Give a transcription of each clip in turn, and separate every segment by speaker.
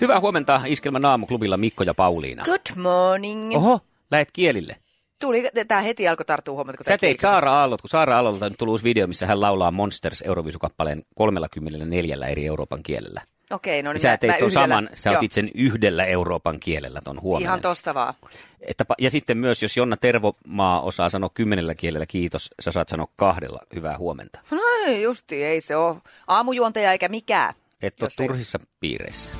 Speaker 1: Hyvää huomenta Iskelmän aamuklubilla Mikko ja Pauliina.
Speaker 2: Good morning.
Speaker 1: Oho, lähet kielille.
Speaker 2: Tuli, tämä heti alkoi tarttua huomata, kun
Speaker 1: Sä
Speaker 2: tää
Speaker 1: teit
Speaker 2: kieli-
Speaker 1: Saara Aallot, kun Saara Aallolta on nyt tullut uusi video, missä hän laulaa Monsters Euroviisukappaleen 34 eri Euroopan kielellä.
Speaker 2: Okei, no niin.
Speaker 1: sä
Speaker 2: mä-
Speaker 1: teit
Speaker 2: mä
Speaker 1: ton
Speaker 2: yhdellä-
Speaker 1: saman, sä
Speaker 2: Joo.
Speaker 1: otit sen yhdellä Euroopan kielellä ton huomenna.
Speaker 2: Ihan tosta vaan.
Speaker 1: Että, pa- ja sitten myös, jos Jonna Tervomaa osaa sanoa kymmenellä kielellä kiitos, sä saat sanoa kahdella hyvää huomenta.
Speaker 2: No ei, justi, ei se ole aamujuontaja eikä mikään.
Speaker 1: Et ole
Speaker 2: Jos ei-
Speaker 1: turhissa piireissä.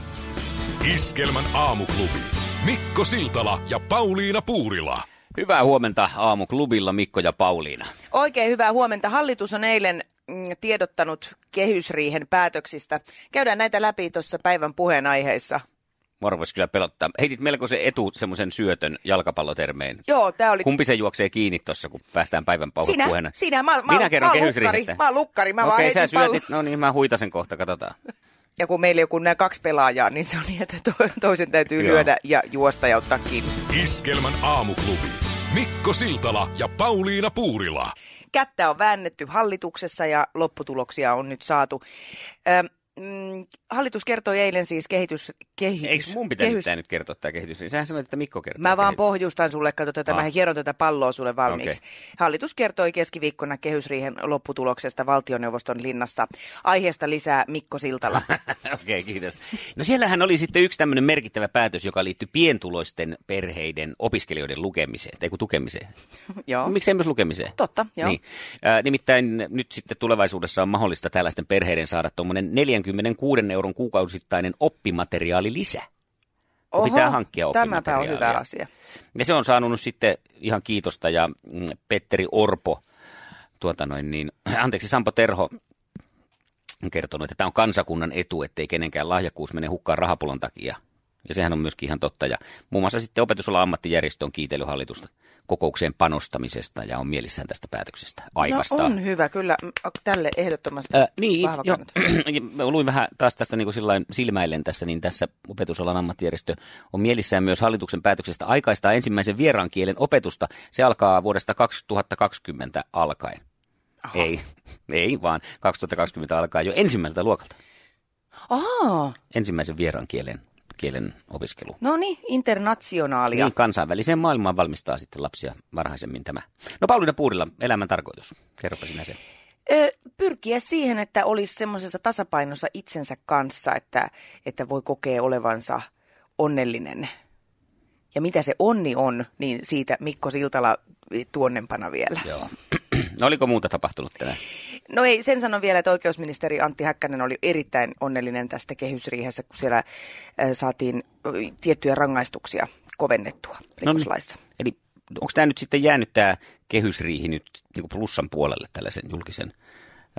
Speaker 3: Iskelmän aamuklubi. Mikko Siltala ja Pauliina Puurila.
Speaker 1: Hyvää huomenta aamuklubilla Mikko ja Pauliina.
Speaker 2: Oikein hyvää huomenta. Hallitus on eilen mm, tiedottanut kehysriihen päätöksistä. Käydään näitä läpi tuossa päivän puheenaiheissa.
Speaker 1: Morvos kyllä pelottaa. Heitit melkoisen etu semmoisen syötön jalkapallotermein.
Speaker 2: Joo, tämä oli...
Speaker 1: Kumpi se juoksee kiinni tuossa, kun päästään päivän
Speaker 2: sinä,
Speaker 1: pauhapuheena?
Speaker 2: sinä, mä, mä,
Speaker 1: Minä kerron
Speaker 2: mä oon lukkari,
Speaker 1: kehysriihestä.
Speaker 2: mä oon lukkari, mä
Speaker 1: Okei,
Speaker 2: vaan
Speaker 1: sä
Speaker 2: heitin pallon.
Speaker 1: syötit, no niin, mä huitasen kohta, katsotaan.
Speaker 2: Ja kun meillä joku nämä kaksi pelaajaa, niin se on niin, että to, toisen täytyy
Speaker 1: Joo.
Speaker 2: lyödä ja juosta ja ottaa kiinni.
Speaker 3: Iskelmän aamuklubi. Mikko Siltala ja Pauliina Puurila.
Speaker 2: kättä on väännetty hallituksessa ja lopputuloksia on nyt saatu. Ö, mm, hallitus kertoi eilen siis kehitys... kehitys
Speaker 1: Eikö mun pitänyt
Speaker 2: kehys-
Speaker 1: kehys. tämä nyt kertoa tämä kehitys? Sähän sanoit, että Mikko kertoo.
Speaker 2: Mä vaan
Speaker 1: kehitys.
Speaker 2: pohjustan sulle, kato tätä,
Speaker 1: Ah.
Speaker 2: mä hieron tätä palloa sulle valmiiksi. Hallitus kertoi keskiviikkona kehysriihen lopputuloksesta valtioneuvoston linnassa. Aiheesta lisää Mikko Siltala.
Speaker 1: Okei, kiitos. No siellähän oli sitten yksi tämmöinen merkittävä päätös, joka liittyi pientuloisten perheiden opiskelijoiden lukemiseen, tai kun tukemiseen.
Speaker 2: Joo.
Speaker 1: No, miksei myös lukemiseen?
Speaker 2: Totta, joo.
Speaker 1: Niin. Äh, nimittäin nyt sitten tulevaisuudessa on mahdollista tällaisten perheiden saada tuommoinen 46 euron kuukausittainen oppimateriaalilisä. kun pitää hankkia
Speaker 2: tämäpä on hyvä
Speaker 1: oppimateriaalia.
Speaker 2: asia.
Speaker 1: Ja se on saanut nyt sitten ihan kiitosta ja mm, Petteri Orpo, tuota noin niin, anteeksi Sampo Terho, on kertonut, että tämä on kansakunnan etu, ettei kenenkään lahjakkuus mene hukkaan rahapulon takia. Ja sehän on myöskin ihan totta. Ja muun muassa sitten opetusalan ammattijärjestö on kiitellyt hallitusta kokoukseen panostamisesta ja on mielissään tästä päätöksestä. Aikasta.
Speaker 2: No on hyvä, kyllä. Mm, Tälle ehdottomasti
Speaker 1: Äh, niin,
Speaker 2: vahva
Speaker 1: joo,
Speaker 2: kannatus.
Speaker 1: Ja mä luin vähän taas tästä niin kuin sillain silmäillen tässä, niin tässä opetusalan ammattijärjestö on mielissään myös hallituksen päätöksestä aikaistaa ensimmäisen vieraan kielen opetusta. Se alkaa vuodesta 2020 alkaen. Aha. Ei, ei vaan 2020 alkaa jo ensimmäiseltä luokalta.
Speaker 2: Aa,
Speaker 1: Ensimmäisen vieraan kielen, kielen opiskelu.
Speaker 2: no niin, internationaalia.
Speaker 1: Niin, kansainväliseen maailmaan valmistaa sitten lapsia varhaisemmin tämä. No Pauliina Puurilla, elämän tarkoitus. Kerropa sinä sen.
Speaker 2: Ö, pyrkiä siihen, että olisi semmoisessa tasapainossa itsensä kanssa, että, että voi kokea olevansa onnellinen. Ja mitä se onni on, niin siitä Mikko Siltala tuonnempana vielä.
Speaker 1: Joo. No oliko muuta tapahtunut tänään?
Speaker 2: No ei, sen sanon vielä, että oikeusministeri Antti Häkkänen oli erittäin onnellinen tästä kehysriihessä, kun siellä ö, saatiin ö, tiettyjä rangaistuksia kovennettua
Speaker 1: No niin.
Speaker 2: rikoslaissa.
Speaker 1: Eli onko tämä nyt sitten jäänyt tämä kehysriihi nyt niin plussan puolelle tällaisen julkisen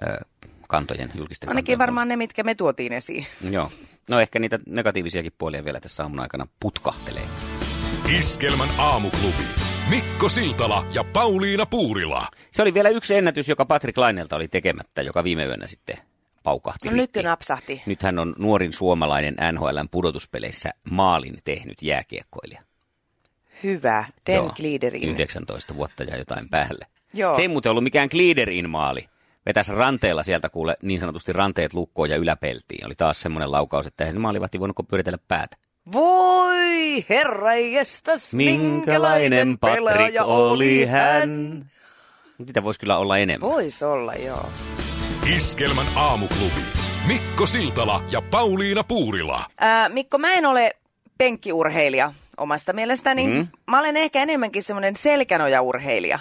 Speaker 1: ö, kantojen, julkisten
Speaker 2: Ainakin
Speaker 1: kantojen
Speaker 2: varmaan ne, mitkä me tuotiin esiin.
Speaker 1: puolelle? Joo. No ehkä niitä negatiivisiakin puolia vielä tässä aamun aikana putkahtelee.
Speaker 3: Iskelmän aamuklubi. Mikko Siltala ja Pauliina Puurila.
Speaker 1: Se oli vielä yksi ennätys, joka Patrick Lainelta oli tekemättä, joka viime yönä sitten paukahti.
Speaker 2: No nyt
Speaker 1: rikki.
Speaker 2: jo napsahti.
Speaker 1: nyt hän on nuorin suomalainen NHLn pudotuspeleissä maalin tehnyt jääkiekkoilija.
Speaker 2: Hyvä, Den
Speaker 1: Joo. Niin,
Speaker 2: Gliederin.
Speaker 1: 19 vuotta ja jotain päälle.
Speaker 2: Joo.
Speaker 1: Se ei muuten ollut mikään Gliederin maali. Vetäisi ranteella sieltä kuule niin sanotusti ranteet lukkoon ja yläpeltiin. Oli taas semmoinen laukaus, että eihän se maalivahti voinut kuin pyöritellä päätä.
Speaker 2: Voi herra jestas, minkälainen pelaaja oli hän.
Speaker 1: Niitä voisi kyllä olla enemmän.
Speaker 2: Voisi olla, joo.
Speaker 3: Iskelmän aamuklubi. Mikko Siltala ja Pauliina Puurila.
Speaker 2: Ää, Äh, Mikko, mä en ole penkkiurheilija omasta mielestäni. Mm. Mä olen ehkä enemmänkin semmoinen selkänojaurheilija.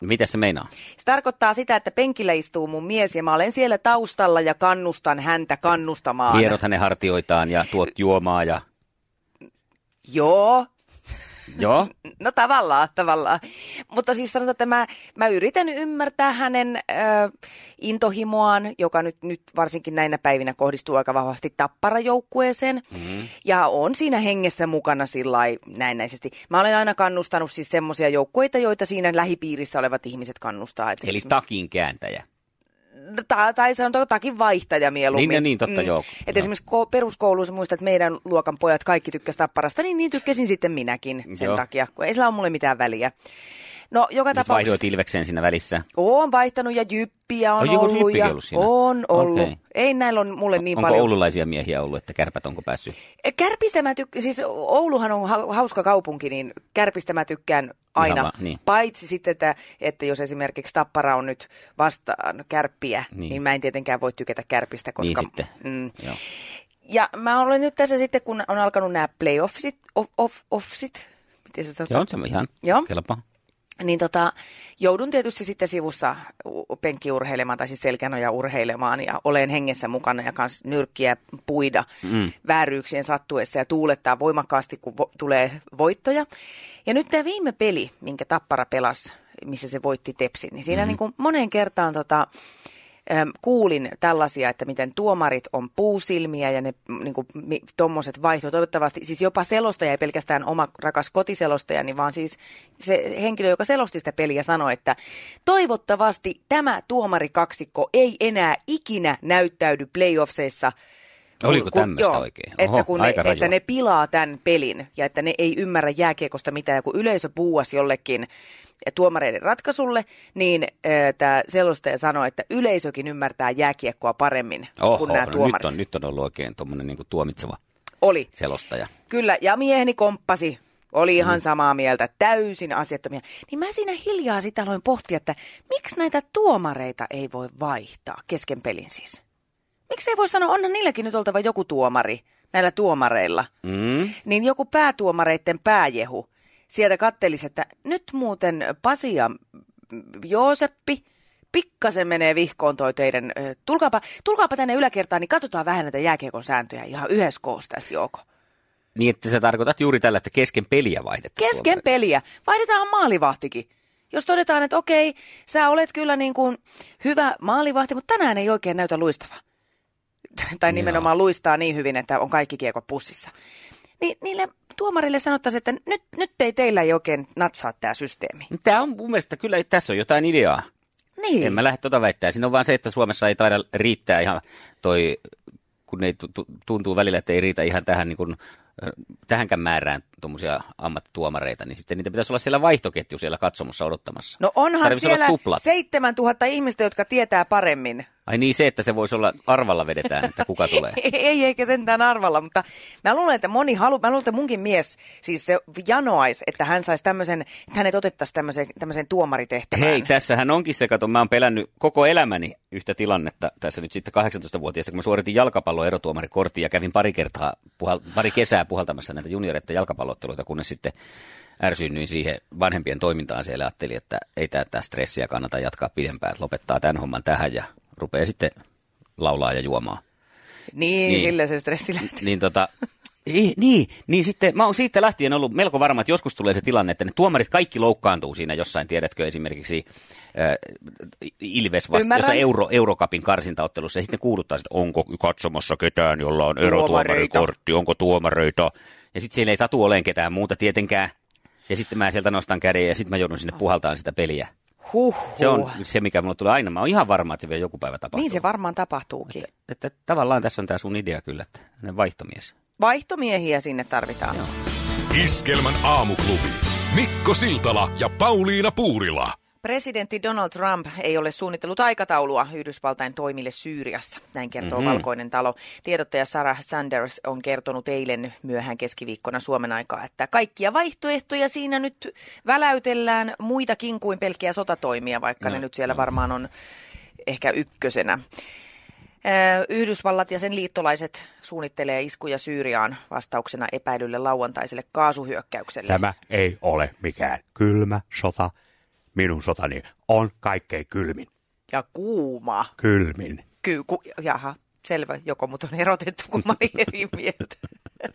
Speaker 1: Mitä se meinaa?
Speaker 2: Se tarkoittaa sitä, että penkillä istuu mun mies ja mä olen siellä taustalla ja kannustan häntä kannustamaan.
Speaker 1: Hierot hänen hartioitaan ja tuot juomaa ja...
Speaker 2: Joo.
Speaker 1: Joo.
Speaker 2: No tavallaan, tavallaan. Mutta siis sanotaan, että mä, mä yritän ymmärtää hänen ö, intohimoaan, joka nyt, nyt varsinkin näinä päivinä kohdistuu aika vahvasti tapparajoukkueeseen. Mm-hmm. Ja on siinä hengessä mukana sillä näennäisesti. Mä olen aina kannustanut siis semmoisia joukkueita, joita siinä lähipiirissä olevat ihmiset kannustaa. Et
Speaker 1: Eli
Speaker 2: siis-
Speaker 1: takin kääntäjä.
Speaker 2: No, ta, tai sanotaan jotakin vaihtaja mieluummin. Mm.
Speaker 1: Niin, ja niin, totta, joo.
Speaker 2: Et
Speaker 1: Joo.
Speaker 2: esimerkiksi ko- peruskouluissa muistat, että meidän luokan pojat kaikki tykkäsivät tapparasta, niin niin tykkäsin sitten minäkin sen
Speaker 1: Joo.
Speaker 2: takia, kun ei sillä ole mulle mitään väliä. No, joka
Speaker 1: Siis vaihdoit
Speaker 2: tapauksessa...
Speaker 1: Ilvekseen siinä välissä.
Speaker 2: Oon vaihtanut ja jyppiä on
Speaker 1: Ai, joku
Speaker 2: ollut.
Speaker 1: jyppikin
Speaker 2: Ja
Speaker 1: ollut siinä?
Speaker 2: On ollut.
Speaker 1: Okei.
Speaker 2: Ei näillä on mulle niin
Speaker 1: Onko
Speaker 2: paljon.
Speaker 1: oululaisia miehiä ollut, että kärpät onko päässyt?
Speaker 2: Kärpistä mä tykkään, siis Ouluhan on ha- hauska kaupunki, niin Kärpistä mä tykkään aina.
Speaker 1: vaan, niin.
Speaker 2: Paitsi sitten, että, että jos esimerkiksi Tappara on nyt vastaan Kärppiä, niin,
Speaker 1: Niin.
Speaker 2: niin mä en tietenkään voi tykätä Kärpistä, koska...
Speaker 1: Niin sitten.
Speaker 2: Mm.
Speaker 1: Joo.
Speaker 2: Ja mä olen nyt tässä sitten, kun on alkanut nämä playoffsit, off, off, offsit, miten se
Speaker 1: Joo,
Speaker 2: sanotaan,
Speaker 1: on se ihan
Speaker 2: Joo.
Speaker 1: kelpaa.
Speaker 2: niin tota, joudun tietysti sitten sivussa u- penkkiurheilemaan tai siis selkänoja urheilemaan ja olen hengessä mukana ja kans nyrkkiä puida mm. vääryyksien sattuessa ja tuulettaa voimakkaasti, kun vo- tulee voittoja. Ja nyt tämä viime peli, minkä Tappara pelasi, missä se voitti Tepsin, niin siinä mm. niin kuin moneen kertaan tota, Öm, kuulin tällaisia, että miten tuomarit on puusilmiä ja ne niin kuin, mi, tommoset vaihtuu. Toivottavasti siis jopa selostaja, ei pelkästään oma rakas kotiselostaja, niin vaan siis se henkilö, joka selosti sitä peliä, sanoi, että toivottavasti tämä tuomarikaksikko ei enää ikinä näyttäydy playoffseissa.
Speaker 1: Oliko tämmöistä
Speaker 2: joo,
Speaker 1: oikein? Oho,
Speaker 2: Että, kun ne,
Speaker 1: aika rajua.
Speaker 2: että ne pilaa tämän pelin ja että ne ei ymmärrä jääkiekosta mitään. Ja kun yleisö puuas jollekin tuomareiden ratkaisulle, niin tämä selostaja sanoi, että yleisökin ymmärtää jääkiekkoa paremmin
Speaker 1: Oho,
Speaker 2: kuin nämä
Speaker 1: no nyt,
Speaker 2: tuomarit.
Speaker 1: on, nyt on ollut oikein tuommoinen niin tuomitseva
Speaker 2: Oli,
Speaker 1: selostaja.
Speaker 2: kyllä. Ja mieheni komppasi.
Speaker 1: Mm.
Speaker 2: Oli ihan samaa mieltä, täysin asiattomia. Niin mä siinä hiljaa sitä aloin pohtia, että miksi näitä tuomareita ei voi vaihtaa kesken pelin siis? Miksi ei voi sanoa, onhan niilläkin nyt oltava joku tuomari näillä tuomareilla?
Speaker 1: Mm.
Speaker 2: niin joku päätuomareitten pääjehu sieltä kattelis, että nyt muuten Pasi ja Jooseppi, pikkasen menee vihkoon toi teidän, ö, tulkaapa, tulkaapa tänne yläkertaan, niin katsotaan vähän näitä jääkiekon sääntöjä ihan yhdessä koossa tässä jouko.
Speaker 1: Niin, että sä tarkoitat juuri tällä, että kesken peliä vaihdetaan.
Speaker 2: Kesken peliä, vaihdetaan maalivahtikin. Jos todetaan, että okei, sä olet kyllä niin kuin hyvä maalivahti, mutta tänään ei oikein näytä luistava. tai nimenomaan luistaa niin hyvin, että on kaikki kiekot pussissa. Niin niille tuomarille sanottaisiin, että nyt, nyt ei teillä ei oikein natsaa tämä systeemi.
Speaker 1: Tämä Niin, on mun mielestä kyllä, tässä on jotain ideaa.
Speaker 2: Niin.
Speaker 1: En mä lähde tuota väittämään. Siinä on vaan se, että Suomessa ei taida riittää ihan toi, kun ei tu- tu- tuntuu välillä, että ei riitä ihan tähän niin kuin, ö, tähänkään määrään tuommoisia ammattituomareita, niin sitten niitä pitäisi olla siellä vaihtoketju siellä katsomossa odottamassa.
Speaker 2: No onhan
Speaker 1: Tarvitsisi
Speaker 2: siellä
Speaker 1: olla tuplat.
Speaker 2: 7000 ihmistä, jotka tietää paremmin.
Speaker 1: Ai niin se, että se voisi olla arvalla vedetään, että kuka tulee.
Speaker 2: ei eikä sentään arvalla, mutta mä luulen, että moni halu, mä luulen, että munkin mies, siis se janoais, että hän saisi tämmöisen, että hänet otettaisiin tämmöisen, tämmöisen tuomaritehtävään.
Speaker 1: Hei, tässähän onkin se, kato, mä oon pelännyt koko elämäni yhtä tilannetta tässä nyt sitten 18-vuotiaasta, kun mä suoritin jalkapallon erotuomarikortin ja kävin pari kertaa, puhal- pari kesää puhaltamassa näitä junioreita jalkapallotteluita, kunnes sitten ärsyinnyin siihen vanhempien toimintaan siellä, ajattelin, että ei täyttää stressiä kannata jatkaa pidempään, että lopettaa tämän homman tähän ja rupeaa sitten laulaa ja juomaan.
Speaker 2: niin, niin,
Speaker 1: niin.
Speaker 2: sillä se stressi lähtee.
Speaker 1: Niin tota, ei, niin, niin sitten mä oon siitä lähtien ollut melko varma, että joskus tulee se tilanne, että ne tuomarit kaikki loukkaantuu siinä jossain, tiedätkö esimerkiksi äh, Ilves vasta,
Speaker 2: Ymmärrän.
Speaker 1: jossa Euro, Eurokapin karsintaottelussa, ja sitten ne kuuluttaa, että onko katsomassa ketään, jolla on erotuomarikortti, onko tuomareita, ja sitten siellä ei satu oleen ketään muuta tietenkään, ja sitten mä sieltä nostan käden ja sitten mä joudun
Speaker 2: Ah.
Speaker 1: sinne puhaltaan sitä peliä.
Speaker 2: Huh,
Speaker 1: Se on se, mikä mulle tulee aina. Mä oon ihan varma, että se vielä joku päivä tapahtuu.
Speaker 2: Niin se varmaan tapahtuukin.
Speaker 1: että tavallaan tässä on tämä sun idea kyllä, että ne vaihtomies.
Speaker 2: Vaihtomiehiä sinne tarvitaan.
Speaker 1: Joo.
Speaker 3: Iskelmän aamuklubi. Mikko Siltala ja Pauliina Puurila.
Speaker 2: Presidentti Donald Trump ei ole suunnitellut aikataulua Yhdysvaltain toimille Syyriassa, näin kertoo mm-hmm. Valkoinen talo. Tiedottaja Sarah Sanders on kertonut eilen myöhään keskiviikkona Suomen aikaa, että kaikkia vaihtoehtoja siinä nyt väläytellään muitakin kuin pelkkiä sotatoimia, vaikka no, ne
Speaker 1: No,
Speaker 2: nyt siellä
Speaker 1: no.
Speaker 2: varmaan on ehkä ykkösenä. Ö, Yhdysvallat ja sen liittolaiset suunnittelee iskuja Syyriaan vastauksena epäilylle lauantaiselle kaasuhyökkäykselle.
Speaker 4: Tämä ei ole mikään kylmä sota. Minun sotani on kaikkein kylmin.
Speaker 2: Ja kuuma.
Speaker 4: Kylmin.
Speaker 2: Kyllä, ku, jaha, selvä, joko mut on erotettu, kun mä olin eri mieltä. No,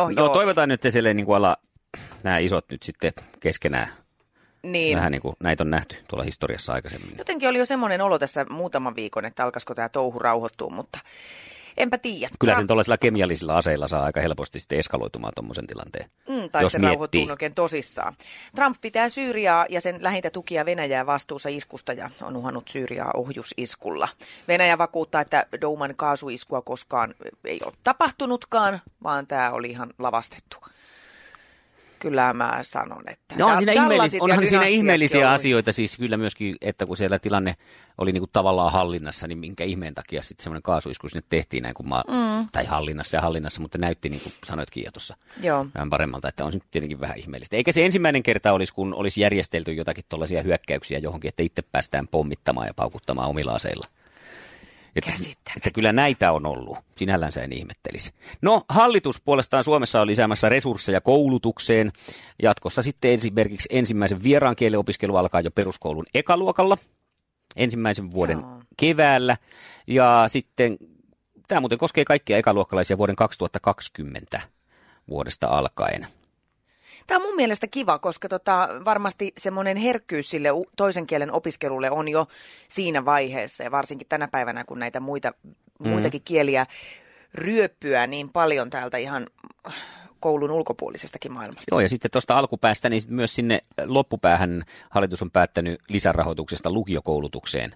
Speaker 2: no
Speaker 1: No
Speaker 2: joo,
Speaker 1: toivotaan nyt, että siellä ei niin ala nämä isot nyt sitten keskenään.
Speaker 2: Niin.
Speaker 1: Vähän niin kuin näitä on nähty tuolla historiassa aikaisemmin.
Speaker 2: Jotenkin oli jo semmoinen olo tässä muutaman viikon, että alkaisiko tämä touhu rauhoittua, mutta enpä tiedä.
Speaker 1: Kyllä sen tuollaisilla kemiallisilla aseilla saa aika helposti sitten eskaloitumaan tuommoisen tilanteen.
Speaker 2: Mm, tai
Speaker 1: jos
Speaker 2: se
Speaker 1: miettii.
Speaker 2: rauhoittuu oikein tosissaan. Trump pitää Syyriaa ja sen lähintä tukia Venäjää vastuussa iskusta ja on uhannut Syyriaa ohjusiskulla. Venäjä vakuuttaa, että Douman kaasuiskua koskaan ei ole tapahtunutkaan, vaan tämä oli ihan lavastettu. Kyllä mä sanon, että...
Speaker 1: No on
Speaker 2: tää-
Speaker 1: siinä, ihmeellis-
Speaker 2: tällaiset ja
Speaker 1: onhan siinä
Speaker 2: dynastiat
Speaker 1: ihmeellisiä
Speaker 2: jollain-
Speaker 1: asioita siis kyllä myöskin, että kun siellä tilanne oli niin kuin tavallaan hallinnassa, niin minkä ihmeen takia sitten semmoinen kaasuisku sinne tehtiin näin kuin maa, mm. tai hallinnassa ja hallinnassa, mutta näytti niin kuin sanoitkin jo tuossa
Speaker 2: Joo.
Speaker 1: vähän paremmalta, että on se nyt tietenkin vähän ihmeellistä. Eikä se ensimmäinen kerta olisi, kun olisi järjestelty jotakin tuollaisia hyökkäyksiä johonkin, että itse päästään pommittamaan ja paukuttamaan omilla aseilla. Että,
Speaker 2: Käsittämätöntä.
Speaker 1: että kyllä näitä on ollut. Sinällään en ihmettelisi. No, hallitus puolestaan Suomessa on lisäämässä resursseja koulutukseen. Jatkossa sitten esimerkiksi ensimmäisen vieraan kielen opiskelu alkaa jo peruskoulun ekaluokalla ensimmäisen vuoden
Speaker 2: Joo.
Speaker 1: keväällä. Ja sitten, tämä muuten koskee kaikkia ekaluokkalaisia vuoden 2020 vuodesta alkaen.
Speaker 2: Tämä on mun mielestä kiva, koska tota, varmasti semmoinen herkkyys sille u- toisen kielen opiskelulle on jo siinä vaiheessa. Ja varsinkin tänä päivänä, kun näitä muita,
Speaker 1: Mm.
Speaker 2: muitakin kieliä ryöppyää niin paljon täältä ihan koulun ulkopuolisestakin maailmasta.
Speaker 1: Joo, ja sitten tuosta alkupäästä, niin sit myös sinne loppupäähän hallitus on päättänyt lisärahoituksesta lukiokoulutukseen.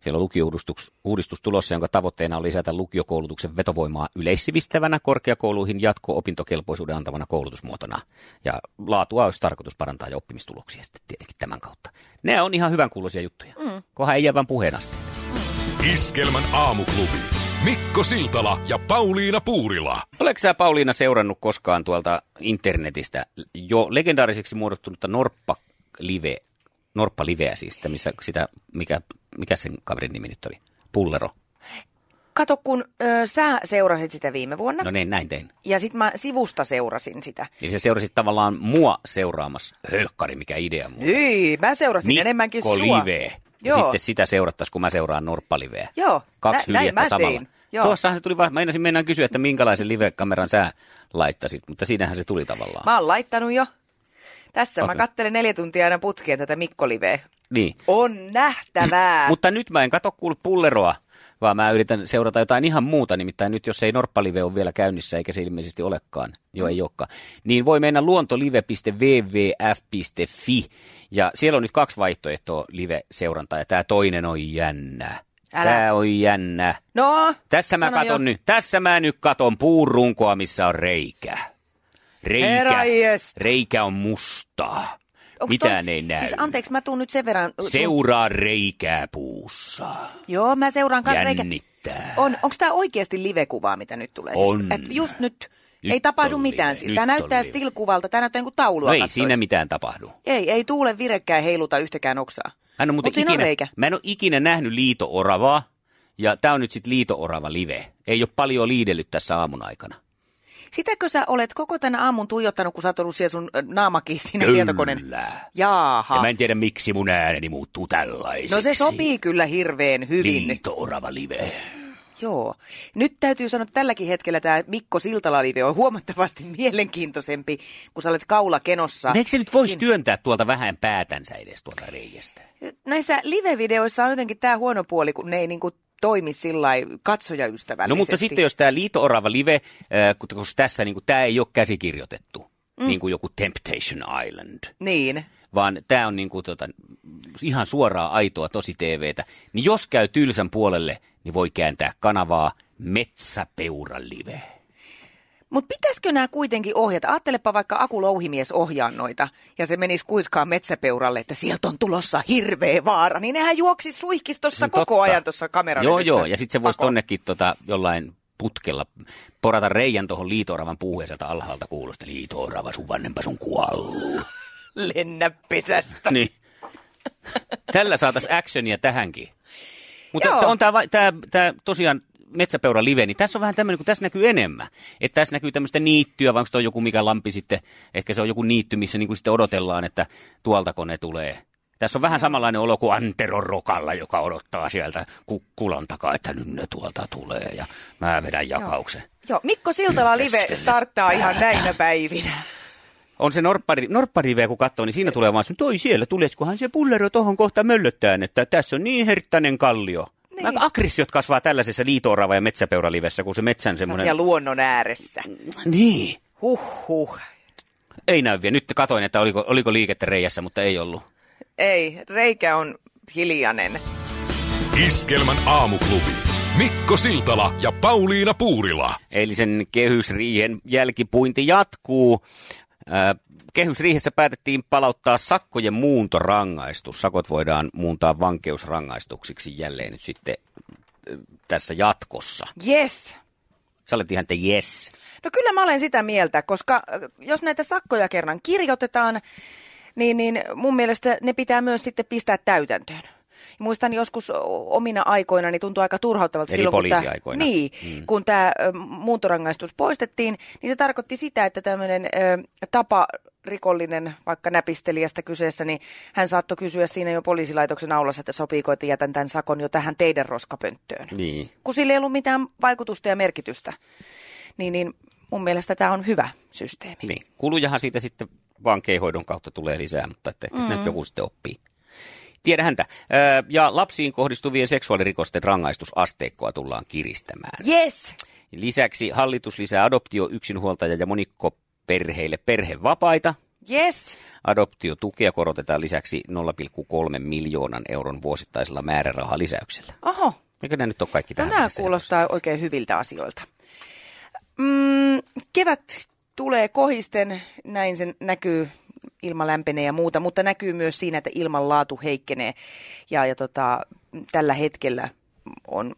Speaker 1: Siellä on lukiouudistus uudistus tulossa, jonka tavoitteena on lisätä lukiokoulutuksen vetovoimaa yleissivistävänä korkeakouluihin jatko-opintokelpoisuuden antavana koulutusmuotona. Ja laatua olisi tarkoitus parantaa ja oppimistuloksia sitten tietenkin tämän kautta. Nämä on ihan hyvän kuuloisia juttuja. Mm. Kohan ei jää vaan puheen asti.
Speaker 3: Iskelmän aamuklubi. Mikko Siltala ja Pauliina Puurila.
Speaker 1: Oletko sä Pauliina seurannut koskaan tuolta internetistä jo legendaariseksi muodostunutta Norppa Live, Norppa Liveä siis, sitä, missä, sitä mikä, mikä sen kaverin nimi nyt oli? Pullero.
Speaker 2: Kato, kun ö, sä seurasit sitä viime vuonna.
Speaker 1: No niin, näin tein.
Speaker 2: Ja sit mä sivusta seurasin sitä.
Speaker 1: Eli se seurasi tavallaan mua seuraamassa. Hölkkari, mikä idea mulla.
Speaker 2: Niin, mä seurasin enemmänkin
Speaker 1: Mikko
Speaker 2: sua.
Speaker 1: Live. Ja
Speaker 2: Joo.
Speaker 1: sitten sitä seurattaisiin, kun mä seuraan Norppa Liveä.
Speaker 2: Joo,
Speaker 1: Kaksi
Speaker 2: nä- näin
Speaker 1: hyljettä
Speaker 2: mä
Speaker 1: samalla.
Speaker 2: tein. Joo.
Speaker 1: Tuossahan se tuli vaan, mä ensin mennään kysyä, että minkälaisen live-kameran sä laittasit, mutta siinähän se tuli tavallaan.
Speaker 2: Mä oon laittanut jo. Tässä
Speaker 1: Oot-
Speaker 2: mä kattelen neljä tuntia aina putkeen tätä Mikko Liveä.
Speaker 1: Niin.
Speaker 2: On nähtävää.
Speaker 1: Mutta nyt mä en kato kuule pulleroa, vaan mä yritän seurata jotain ihan muuta. Nimittäin nyt, jos ei Norppalive ole vielä käynnissä, eikä se ilmeisesti olekaan, jo ei olekaan, niin voi mennä luontolive.wwf.fi. Ja siellä on nyt kaksi vaihtoehtoa live-seurantaa, ja tämä toinen on jännä.
Speaker 2: Älä.
Speaker 1: Tämä on jännä.
Speaker 2: No,
Speaker 1: Tässä mä
Speaker 2: sano
Speaker 1: katon
Speaker 2: jo.
Speaker 1: nyt, tässä mä nyt katon puun runkoa, missä on reikä. Reikä,
Speaker 2: Herra jestä.
Speaker 1: reikä on mustaa.
Speaker 2: Onks
Speaker 1: Mitään ei näy.
Speaker 2: Siis anteeksi, mä tuun nyt sen verran.
Speaker 1: Seuraa reikää puussa.
Speaker 2: Joo, mä seuraan kanssa reikä.
Speaker 1: Jännittää.
Speaker 2: On, onko tämä oikeasti livekuvaa, mitä nyt tulee?
Speaker 1: On.
Speaker 2: Siis, et just nyt,
Speaker 1: Nyt
Speaker 2: ei tapahdu
Speaker 1: on
Speaker 2: mitään.
Speaker 1: live,
Speaker 2: Siis
Speaker 1: nyt
Speaker 2: tämä
Speaker 1: on
Speaker 2: näyttää
Speaker 1: live.
Speaker 2: stilkuvalta, tämä näyttää niin kuin taulua
Speaker 1: No ei
Speaker 2: kattois.
Speaker 1: siinä mitään tapahdu.
Speaker 2: Ei, ei tuulen virekkään heiluta yhtäkään oksaa.
Speaker 1: Hän on
Speaker 2: Mut
Speaker 1: muuten
Speaker 2: siinä
Speaker 1: ikinä,
Speaker 2: on reikä.
Speaker 1: Mä en ole ikinä nähnyt liito-oravaa, ja tämä on nyt sitten liito-orava live. Ei ole paljon liidellyt tässä aamun aikana.
Speaker 2: Sitäkö sä olet koko tänä aamun tuijottanut, kun sä oot ollut siellä sun ö, naamakin siinä
Speaker 1: Kyllä.
Speaker 2: tietokoneen?
Speaker 1: Ha. Ja
Speaker 2: Jaaha.
Speaker 1: mä en tiedä, miksi mun ääneni muuttuu tällaiseksi.
Speaker 2: No se sopii kyllä hirveän
Speaker 1: Niin.
Speaker 2: hyvin.
Speaker 1: Liito-orava live.
Speaker 2: Joo. Nyt täytyy sanoa, että tälläkin hetkellä tämä Mikko Siltala-live on huomattavasti mielenkiintoisempi, kun sä olet kaula kenossa.
Speaker 1: Eikö se nyt voisi
Speaker 2: niin.
Speaker 1: työntää tuolta vähän päätänsä edes tuolta reiästä? No
Speaker 2: Näissä live-videoissa on jotenkin tämä huono puoli, kun ne ei niinku toimi sillä katsojaystävällisesti.
Speaker 1: No mutta sitten jos tämä liito-orava live, äh, kun- koska tässä niin tämä ei ole käsikirjoitettu, mm. niin kuin joku Temptation Island.
Speaker 2: Niin.
Speaker 1: vaan tämä on niinku tota, ihan suoraa aitoa tosi TVtä. Niin jos käy tylsän puolelle, niin voi kääntää kanavaa Metsäpeura Live.
Speaker 2: Mutta pitäisikö nämä kuitenkin ohjata? Ajattelepa vaikka Aku Louhimies ohjaa noita ja se menisi kuiskaan metsäpeuralle, että sieltä on tulossa hirveä vaara. Niin nehän juoksisi suihkistossa koko
Speaker 1: Totta.
Speaker 2: ajan tuossa kameran
Speaker 1: Joo,
Speaker 2: edessä
Speaker 1: joo, ja sitten se voisi
Speaker 2: pakoon.
Speaker 1: tonnekin tota, jollain putkella porata reijän tuohon liitooravan puuhun ja sieltä alhaalta kuulosta. Liitoorava, sun vanhempas on kuollut.
Speaker 2: Lennä pesästä.
Speaker 1: niin. Tällä saataisiin actionia tähänkin. Mutta
Speaker 2: Joo.
Speaker 1: t- on tämä tää, tää tosiaan metsäpeura live, niin tässä on vähän tämmöinen, kun tässä näkyy enemmän. Että tässä näkyy tämmöistä niittyä, vai onko tuo joku mikä lampi sitten, ehkä se on joku niitty, missä niin kuin sitten odotellaan, että tuolta kone tulee. Tässä on vähän samanlainen olo kuin Antero Rokalla, joka odottaa sieltä kukkulan takaa, että nyt ne tuolta tulee ja mä vedän jakauksen.
Speaker 2: Joo, Mikko Siltala live
Speaker 1: Keskelle
Speaker 2: starttaa ihan näinä päivinä.
Speaker 1: On se norppari, norppariveä, kun katsoo, niin siinä tulee vaan se, toi siellä, tuleskohan se pullero tohon kohta möllöttään, että tässä on niin herttäinen kallio. Niin.
Speaker 2: Niin.
Speaker 1: Aggressiot kasvaa tällaisessa liitoorava ja metsäpeuralivessä, kun se metsän
Speaker 2: Semmoinen...
Speaker 1: semmoinen...
Speaker 2: luonnon ääressä.
Speaker 1: Niin.
Speaker 2: Huh, huh.
Speaker 1: Ei näy vielä. Nyt katoin, että oliko, oliko liikettä reijässä, mutta ei ollut.
Speaker 2: Ei, reikä on hiljainen.
Speaker 3: Iskelmän aamuklubi. Mikko Siltala ja Pauliina Puurila.
Speaker 1: Eilisen kehysriihen jälkipuinti jatkuu. Ää, Kehysriihessä päätettiin palauttaa sakkojen muuntorangaistus. Sakot voidaan muuntaa vankeusrangaistuksiksi jälleen nyt sitten äh, tässä jatkossa.
Speaker 2: Yes.
Speaker 1: Sä olet ihan, että jes.
Speaker 2: No kyllä mä olen sitä mieltä, koska äh, jos näitä sakkoja kerran kirjoitetaan, niin, niin mun mielestä ne pitää myös sitten pistää täytäntöön. Muistan joskus o- omina aikoina, niin tuntui aika turhauttavalta
Speaker 1: Eli
Speaker 2: silloin, kun tää-
Speaker 1: poliisiaikoina.
Speaker 2: niin, mm. kun tämä muuntorangaistus poistettiin, niin se tarkoitti sitä, että tämmöinen tapa rikollinen, vaikka näpistelijästä kyseessä, niin hän saattoi kysyä siinä jo poliisilaitoksen aulassa, että sopiiko, että jätän tämän sakon jo tähän teidän roskapönttöön
Speaker 1: Niin.
Speaker 2: kun sillä ei ollut mitään vaikutusta ja merkitystä. Niin, niin mun mielestä tämä on hyvä systeemi.
Speaker 1: niin. Kulujahan siitä sitten vankeinhoidon kautta tulee lisää, mutta että ehkä mm. nyt joku sitten oppii. Tiedä häntä. Ää, Ja lapsiin kohdistuvien seksuaalirikosten rangaistusasteikkoa tullaan kiristämään.
Speaker 2: Yes!
Speaker 1: Lisäksi hallitus lisää adoptio, yksinhuoltaja ja monikko perheille perhevapaita.
Speaker 2: Yes!
Speaker 1: Adoptiotukea korotetaan lisäksi 0,3 miljoonan euron vuosittaisella määrärahalisäyksellä.
Speaker 2: Oho,
Speaker 1: Eikö nämä nyt ole kaikki
Speaker 2: no
Speaker 1: tähän?
Speaker 2: nämä
Speaker 1: mennessä?
Speaker 2: kuulostaa oikein hyviltä asioilta. Mm, kevät tulee kohisten, näin sen näkyy, ilma lämpenee ja muuta, mutta näkyy myös siinä, että ilman laatu heikkenee. Ja, ja tota, tällä hetkellä on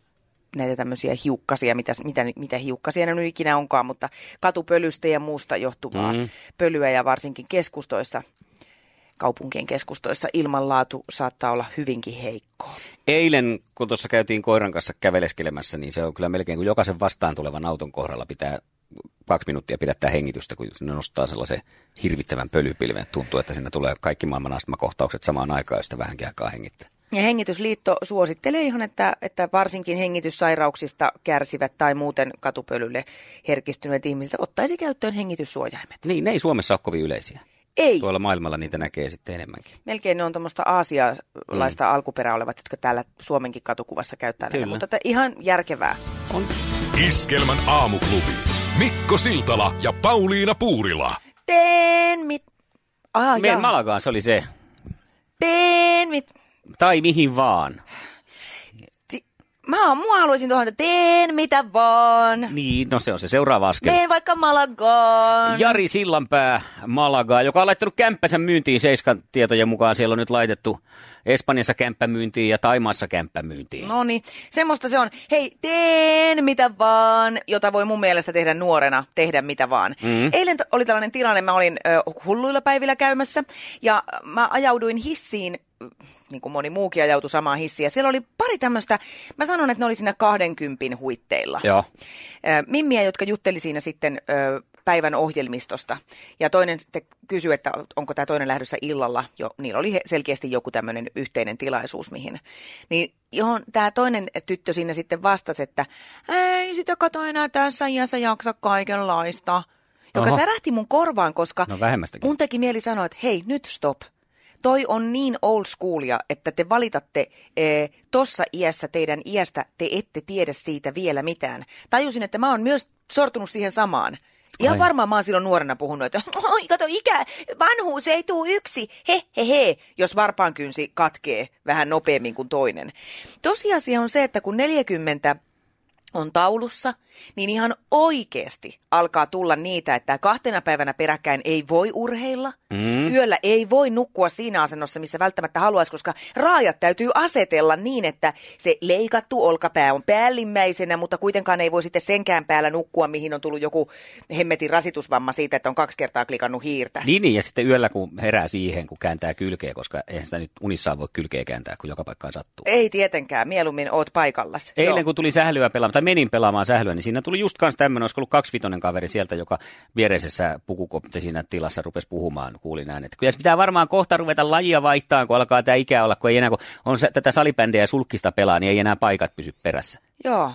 Speaker 2: näitä tämmöisiä hiukkasia, mitä, mitä, mitä hiukkasia ne nyt ikinä onkaan, mutta katupölystä ja muusta johtuvaa
Speaker 1: Mm-hmm.
Speaker 2: mm. pölyä ja varsinkin keskustoissa, kaupunkien keskustoissa ilmanlaatu saattaa olla hyvinkin heikkoa.
Speaker 1: Eilen, kun tuossa käytiin koiran kanssa käveleskelemässä, niin se on kyllä melkein, kun jokaisen vastaan tulevan auton kohdalla pitää kaksi minuuttia pidättää hengitystä, kun ne nostaa sellaisen hirvittävän pölypilven. Tuntuu, että siinä tulee kaikki maailman astmakohtaukset samaan aikaan, josta vähänkin aikaa hengittää.
Speaker 2: Ja hengitysliitto suosittelee ihan, että, että varsinkin hengityssairauksista kärsivät tai muuten katupölylle herkistyneet ihmiset ottaisi käyttöön hengityssuojaimet.
Speaker 1: Niin, ne ei Suomessa ole kovin yleisiä.
Speaker 2: Ei,
Speaker 1: Tuolla maailmalla niitä näkee sitten enemmänkin.
Speaker 2: melkein ne on tuommoista aasialaista mm. alkuperää olevat, jotka täällä Suomenkin katukuvassa käyttää näitä,
Speaker 1: Kyllä.
Speaker 2: mutta että ihan järkevää.
Speaker 1: On.
Speaker 3: Iskelmän aamuklubi. Mikko Siltala ja Pauliina Puurila.
Speaker 2: Teen mit... Ah,
Speaker 1: Meidän
Speaker 2: jaa.
Speaker 1: Malagaan se oli se.
Speaker 2: Teen mit...
Speaker 1: Tai mihin vaan.
Speaker 2: Ti- Mä, mua haluaisin tuohon, että teen mitä vaan.
Speaker 1: Niin, no se on se seuraava askel.
Speaker 2: Meen vaikka Malagaan.
Speaker 1: Jari Sillanpää Malagaa, joka on laittanut kämppänsä myyntiin Seiskan tietojen mukaan. Siellä on nyt laitettu Espanjassa kämppä myyntiin ja Taimaassa kämppä myyntiin.
Speaker 2: No niin, semmoista se on. Hei, teen mitä vaan, jota voi mun mielestä tehdä nuorena, tehdä mitä vaan. Mm. Eilen t- oli tällainen tilanne, mä olin ö, hulluilla päivillä käymässä ja mä ajauduin hissiin, niin kuin moni muukin ajautui samaan hissiin. Ja siellä oli pari tämmöistä, mä sanon, että ne oli siinä 20 huitteilla.
Speaker 1: Joo.
Speaker 2: Ö, Mimmiä, jotka jutteli siinä sitten ö, päivän ohjelmistosta. Ja toinen sitten kysyi, että onko tämä toinen lähdössä illalla. Jo, niillä oli he- selkeästi joku tämmöinen yhteinen tilaisuus, mihin. Niin johon tämä toinen tyttö siinä sitten vastasi, että ei sitä kato enää tässä iässä jaksa kaikenlaista. Joka
Speaker 1: Oho.
Speaker 2: Oho. särähti mun korvaan, koska
Speaker 1: No vähemmästäkin.
Speaker 2: mun teki mieli sanoa, että hei, nyt stop. Toi on niin old schoolia, että te valitatte eh, tuossa iässä teidän iästä, te ette tiedä siitä vielä mitään. Tajusin, että mä oon myös sortunut siihen samaan. Ihan
Speaker 1: Ai.
Speaker 2: Ai. varmaan mä oon silloin nuorena puhunut, että oi kato ikä, vanhuus ei tuu yksi, he he he, jos varpaankynsi katkee vähän nopeammin kuin toinen. Tosiasia on se, että kun 40 on taulussa, niin ihan oikeasti alkaa tulla niitä, että kahtena päivänä peräkkäin ei voi urheilla, mm. yöllä ei voi nukkua siinä asennossa, missä välttämättä haluaisi, koska raajat täytyy asetella niin, että se leikattu olkapää on päällimmäisenä, mutta kuitenkaan ei voi sitten senkään päällä nukkua, mihin on tullut joku hemmetin rasitusvamma siitä, että on kaksi kertaa klikannut hiirtä.
Speaker 1: Niin, niin, ja sitten yöllä kun herää siihen, kun kääntää kylkeä, koska eihän sitä nyt unissaan voi kylkeä kääntää, kun joka paikkaan sattuu.
Speaker 2: Ei tietenkään, mieluummin oot paikallas.
Speaker 1: Eilen
Speaker 2: Joo.
Speaker 1: kun tuli sählyä pelaamaan, tai menin pelaamaan sählyä, niin siinä tuli just kans tämmöinen, olisiko ollut kaksivitonen kaveri sieltä, joka viereisessä pukukopte siinä tilassa rupesi puhumaan, kuulin näin, että kyllä se pitää varmaan kohta ruveta lajia vaihtaa, kun alkaa tämä ikä olla, kun ei enää, kun on se, tätä salibändejä ja sulkkista pelaa, niin ei enää paikat pysy perässä.
Speaker 2: Joo.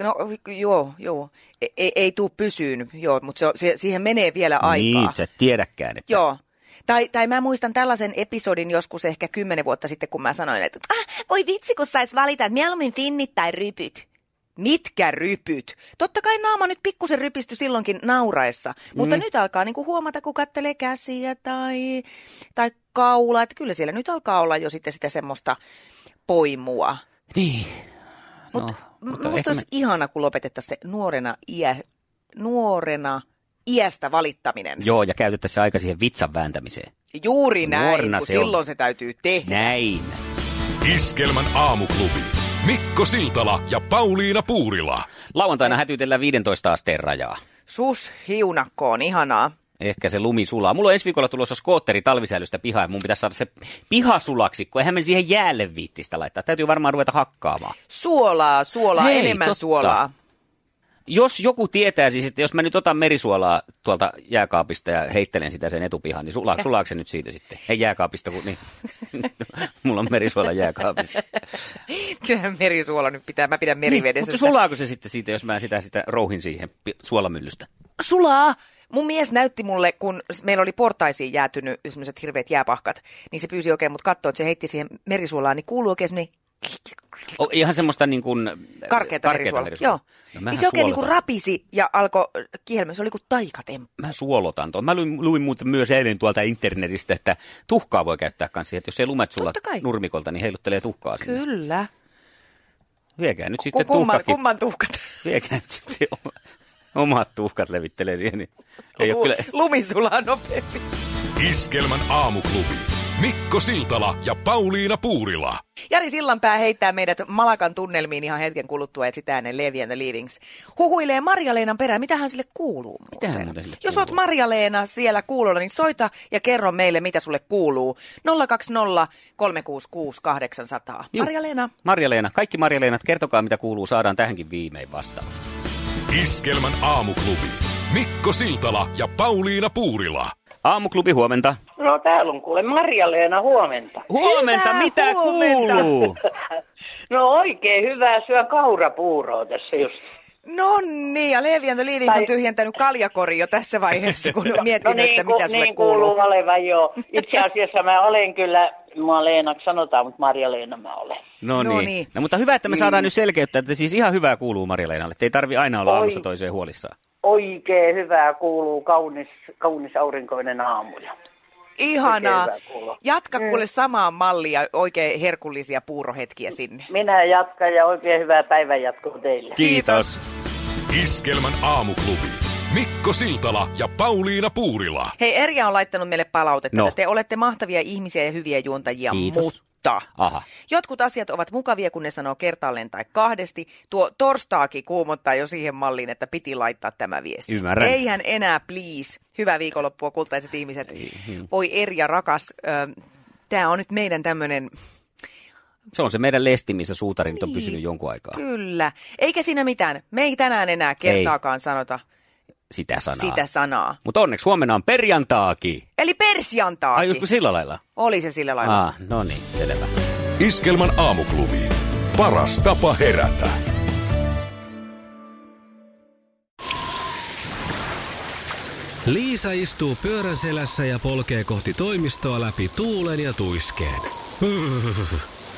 Speaker 2: No joo, joo. Ei, ei, ei tuu pysyyn, joo, mutta se, on- se, siihen menee vielä aikaa.
Speaker 1: Niin, sä et tiedäkään. Että...
Speaker 2: Joo. Tai, tai mä muistan tällaisen episodin joskus ehkä kymmenen vuotta sitten, kun mä sanoin, että ah, voi vitsi, kun sais valita, että mieluummin finnit tai rypyt. Mitkä rypyt? Totta kai naama nyt pikkusen rypisty silloinkin nauraessa, mutta nyt alkaa niinku huomata, kun kattelee käsiä tai, tai kaulaa, että kyllä siellä nyt alkaa olla jo sitten sitä semmoista poimua.
Speaker 1: Niin.
Speaker 2: Mut,
Speaker 1: No,
Speaker 2: no,
Speaker 1: mutta
Speaker 2: mutta
Speaker 1: ehkä
Speaker 2: musta olisi me... ihana, kun lopetettaisiin se nuorena, iä, nuorena iästä valittaminen.
Speaker 1: Joo, ja käytettäisiin se aika siihen vitsan vääntämiseen.
Speaker 2: Juuri näin,
Speaker 1: Nuorena
Speaker 2: kun
Speaker 1: se on.
Speaker 2: silloin se täytyy tehdä.
Speaker 1: Näin.
Speaker 3: Iskelmän aamuklubi. Mikko Siltala ja Pauliina Puurila.
Speaker 1: Lauantaina hätyytellään 15 asteen rajaa.
Speaker 2: Sus hiunakkoon, ihanaa.
Speaker 1: Ehkä se lumi sulaa. Mulla on ensi viikolla tulossa skootteri talvisäilystä pihaan. ja Mun pitäisi saada se piha sulaksi, kun eihän me siihen jäälle viittistä laittaa. Täytyy varmaan ruveta hakkaamaan.
Speaker 2: Suolaa, suolaa,
Speaker 1: Hei,
Speaker 2: enemmän
Speaker 1: totta.
Speaker 2: suolaa.
Speaker 1: Jos joku tietää siis, että jos mä nyt otan merisuolaa tuolta jääkaapista ja heittelen sitä sen etupihaan, niin sula, sulaako se nyt siitä sitten? Ei jääkaapista, kun niin. Mulla on merisuola jääkaapissa.
Speaker 2: Kyllähän merisuola nyt pitää, mä pidän
Speaker 1: Niin,
Speaker 2: merivedessä.
Speaker 1: mutta
Speaker 2: sitä.
Speaker 1: sulaako se sitten siitä, jos mä sitä, sitä rouhin siihen pi- suolamyllystä?
Speaker 2: sulaa. Mun mies näytti mulle, kun meillä oli portaisiin jäätynyt semmoiset hirveät jääpahkat, niin se pyysi oikein mut katsoa, että se heitti siihen merisuolaan, niin kuuluu oikein semmoinen
Speaker 1: O, ihan semmoista niin kuin... äh,
Speaker 2: karkeata, merisuola. Joo.
Speaker 1: No, mähän
Speaker 2: niin se oikein niin kuin
Speaker 1: suolotan-
Speaker 2: rapisi ja alkoi kihelmä. Se oli kuin taikatemppu.
Speaker 1: mä suolotan tuon. Mä luin, luin muuten myös eilen tuolta internetistä, että tuhkaa voi käyttää kanssa. Että jos ei lumet sulla
Speaker 2: Totta kai.
Speaker 1: nurmikolta, niin heiluttelee tuhkaa sinne. Kyllä.
Speaker 2: Kyllä.
Speaker 1: Viekää nyt sitten
Speaker 2: kumman,
Speaker 1: tuhkakin.
Speaker 2: kumman tuhkat?
Speaker 1: Viekää nyt sitten oma, omat tuhkat levittelee siihen. Niin ei ole
Speaker 2: Lu-
Speaker 1: kyllä...
Speaker 2: Lumi sulaa nopeammin.
Speaker 3: Iskelmän aamuklubi. Mikko Siltala ja Pauliina Puurila.
Speaker 2: Jari Sillanpää heittää meidät Malakan tunnelmiin ihan hetken kuluttua ja sitä ennen Levi and the Leavings. Huhuilee Marja-Leenan perään. Mitähän sille kuuluu muuten?
Speaker 1: Mitähän muuten sille
Speaker 2: Jos
Speaker 1: kuuluu?
Speaker 2: oot Marja-Leena siellä kuulolla, niin soita ja kerro meille, mitä sulle kuuluu. 020 366 800.
Speaker 1: Juu.
Speaker 2: Marja-Leena.
Speaker 1: Marja-Leena, kaikki Marja-Leenat, kertokaa mitä kuuluu, saadaan tähänkin viimein vastaus.
Speaker 3: Iskelmän aamuklubi. Mikko Siltala ja Pauliina Puurila.
Speaker 1: Aamuklubi, huomenta.
Speaker 5: No täällä on kuule Marja-Leena huomenta.
Speaker 1: Huomenta,
Speaker 2: Hyvää
Speaker 1: mitä
Speaker 2: huomenta.
Speaker 1: kuuluu?
Speaker 5: No oikein hyvää syön kaurapuuroa tässä just.
Speaker 2: No niin, ja Levi and the Leavings on
Speaker 5: Tai-
Speaker 2: tyhjentänyt kaljakori jo tässä vaiheessa, kun on miettinyt,
Speaker 5: no niin,
Speaker 2: että mitä
Speaker 5: ku-
Speaker 2: sulle
Speaker 5: niin
Speaker 2: kuuluu.
Speaker 5: kuuluu olevan joo. Itse asiassa mä olen kyllä, mua Leenaksi sanotaan, mutta Marja-Leena mä olen.
Speaker 1: No
Speaker 2: No
Speaker 1: niin.
Speaker 2: niin.
Speaker 1: No, mutta hyvä, että me saadaan nyt selkeyttää, että siis ihan hyvää kuuluu Marja-Leenalle. Te ei tarvi aina olla
Speaker 5: Oi.
Speaker 1: alusta toiseen huolissaan.
Speaker 5: Oikein hyvää kuuluu kaunis, kaunis aurinkoinen aamu. ja
Speaker 2: Ihanaa.
Speaker 5: Oikein hyvä Mm. kuulla.
Speaker 2: Jatka kuule samaan malliin ja oikein herkullisia puurohetkiä sinne.
Speaker 5: Minä jatkan ja oikein hyvää päivänjatkoa teille.
Speaker 1: Kiitos.
Speaker 3: Iskelmän aamuklubi. Mikko Siltala ja Pauliina Puurila.
Speaker 2: Hei, Erja on laittanut meille palautetta,
Speaker 1: No.
Speaker 2: no. että te olette mahtavia ihmisiä ja hyviä juontajia,
Speaker 1: Kiitos.
Speaker 2: mutta...
Speaker 1: Aha.
Speaker 2: Jotkut asiat ovat mukavia, kun ne sanoo kertaalleen tai kahdesti. Tuo torstaakin kuumottaa jo siihen malliin, että piti laittaa tämä viesti.
Speaker 1: Ymmärrän.
Speaker 2: Eihän enää, please. Hyvää viikonloppua, kultaiset ihmiset.
Speaker 1: niin.
Speaker 2: Voi Erja, rakas. Tämä on nyt meidän tämmöinen
Speaker 1: Se on se meidän lesti, missä suutari nyt on pysynyt jonkun aikaa.
Speaker 2: Kyllä. Eikä siinä mitään. Me ei tänään enää kertaakaan ei. sanota
Speaker 1: Sitä sanaa.
Speaker 2: sitä sanaa.
Speaker 1: Mutta onneksi huomenna on perjantaakin.
Speaker 2: Eli
Speaker 1: Ai,
Speaker 2: persjantaakin.
Speaker 1: just kun sillä lailla?
Speaker 2: Oli se sillä lailla.
Speaker 1: Ah, no niin, selvä.
Speaker 3: Iskelmän aamuklubi. Paras tapa herätä.
Speaker 6: Liisa istuu pyörän selässä ja polkee kohti toimistoa läpi tuulen ja tuiskeen.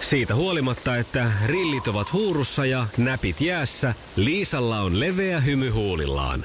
Speaker 6: Siitä huolimatta, että rillit ovat huurussa ja näpit jäässä, Liisalla on leveä hymy huulillaan.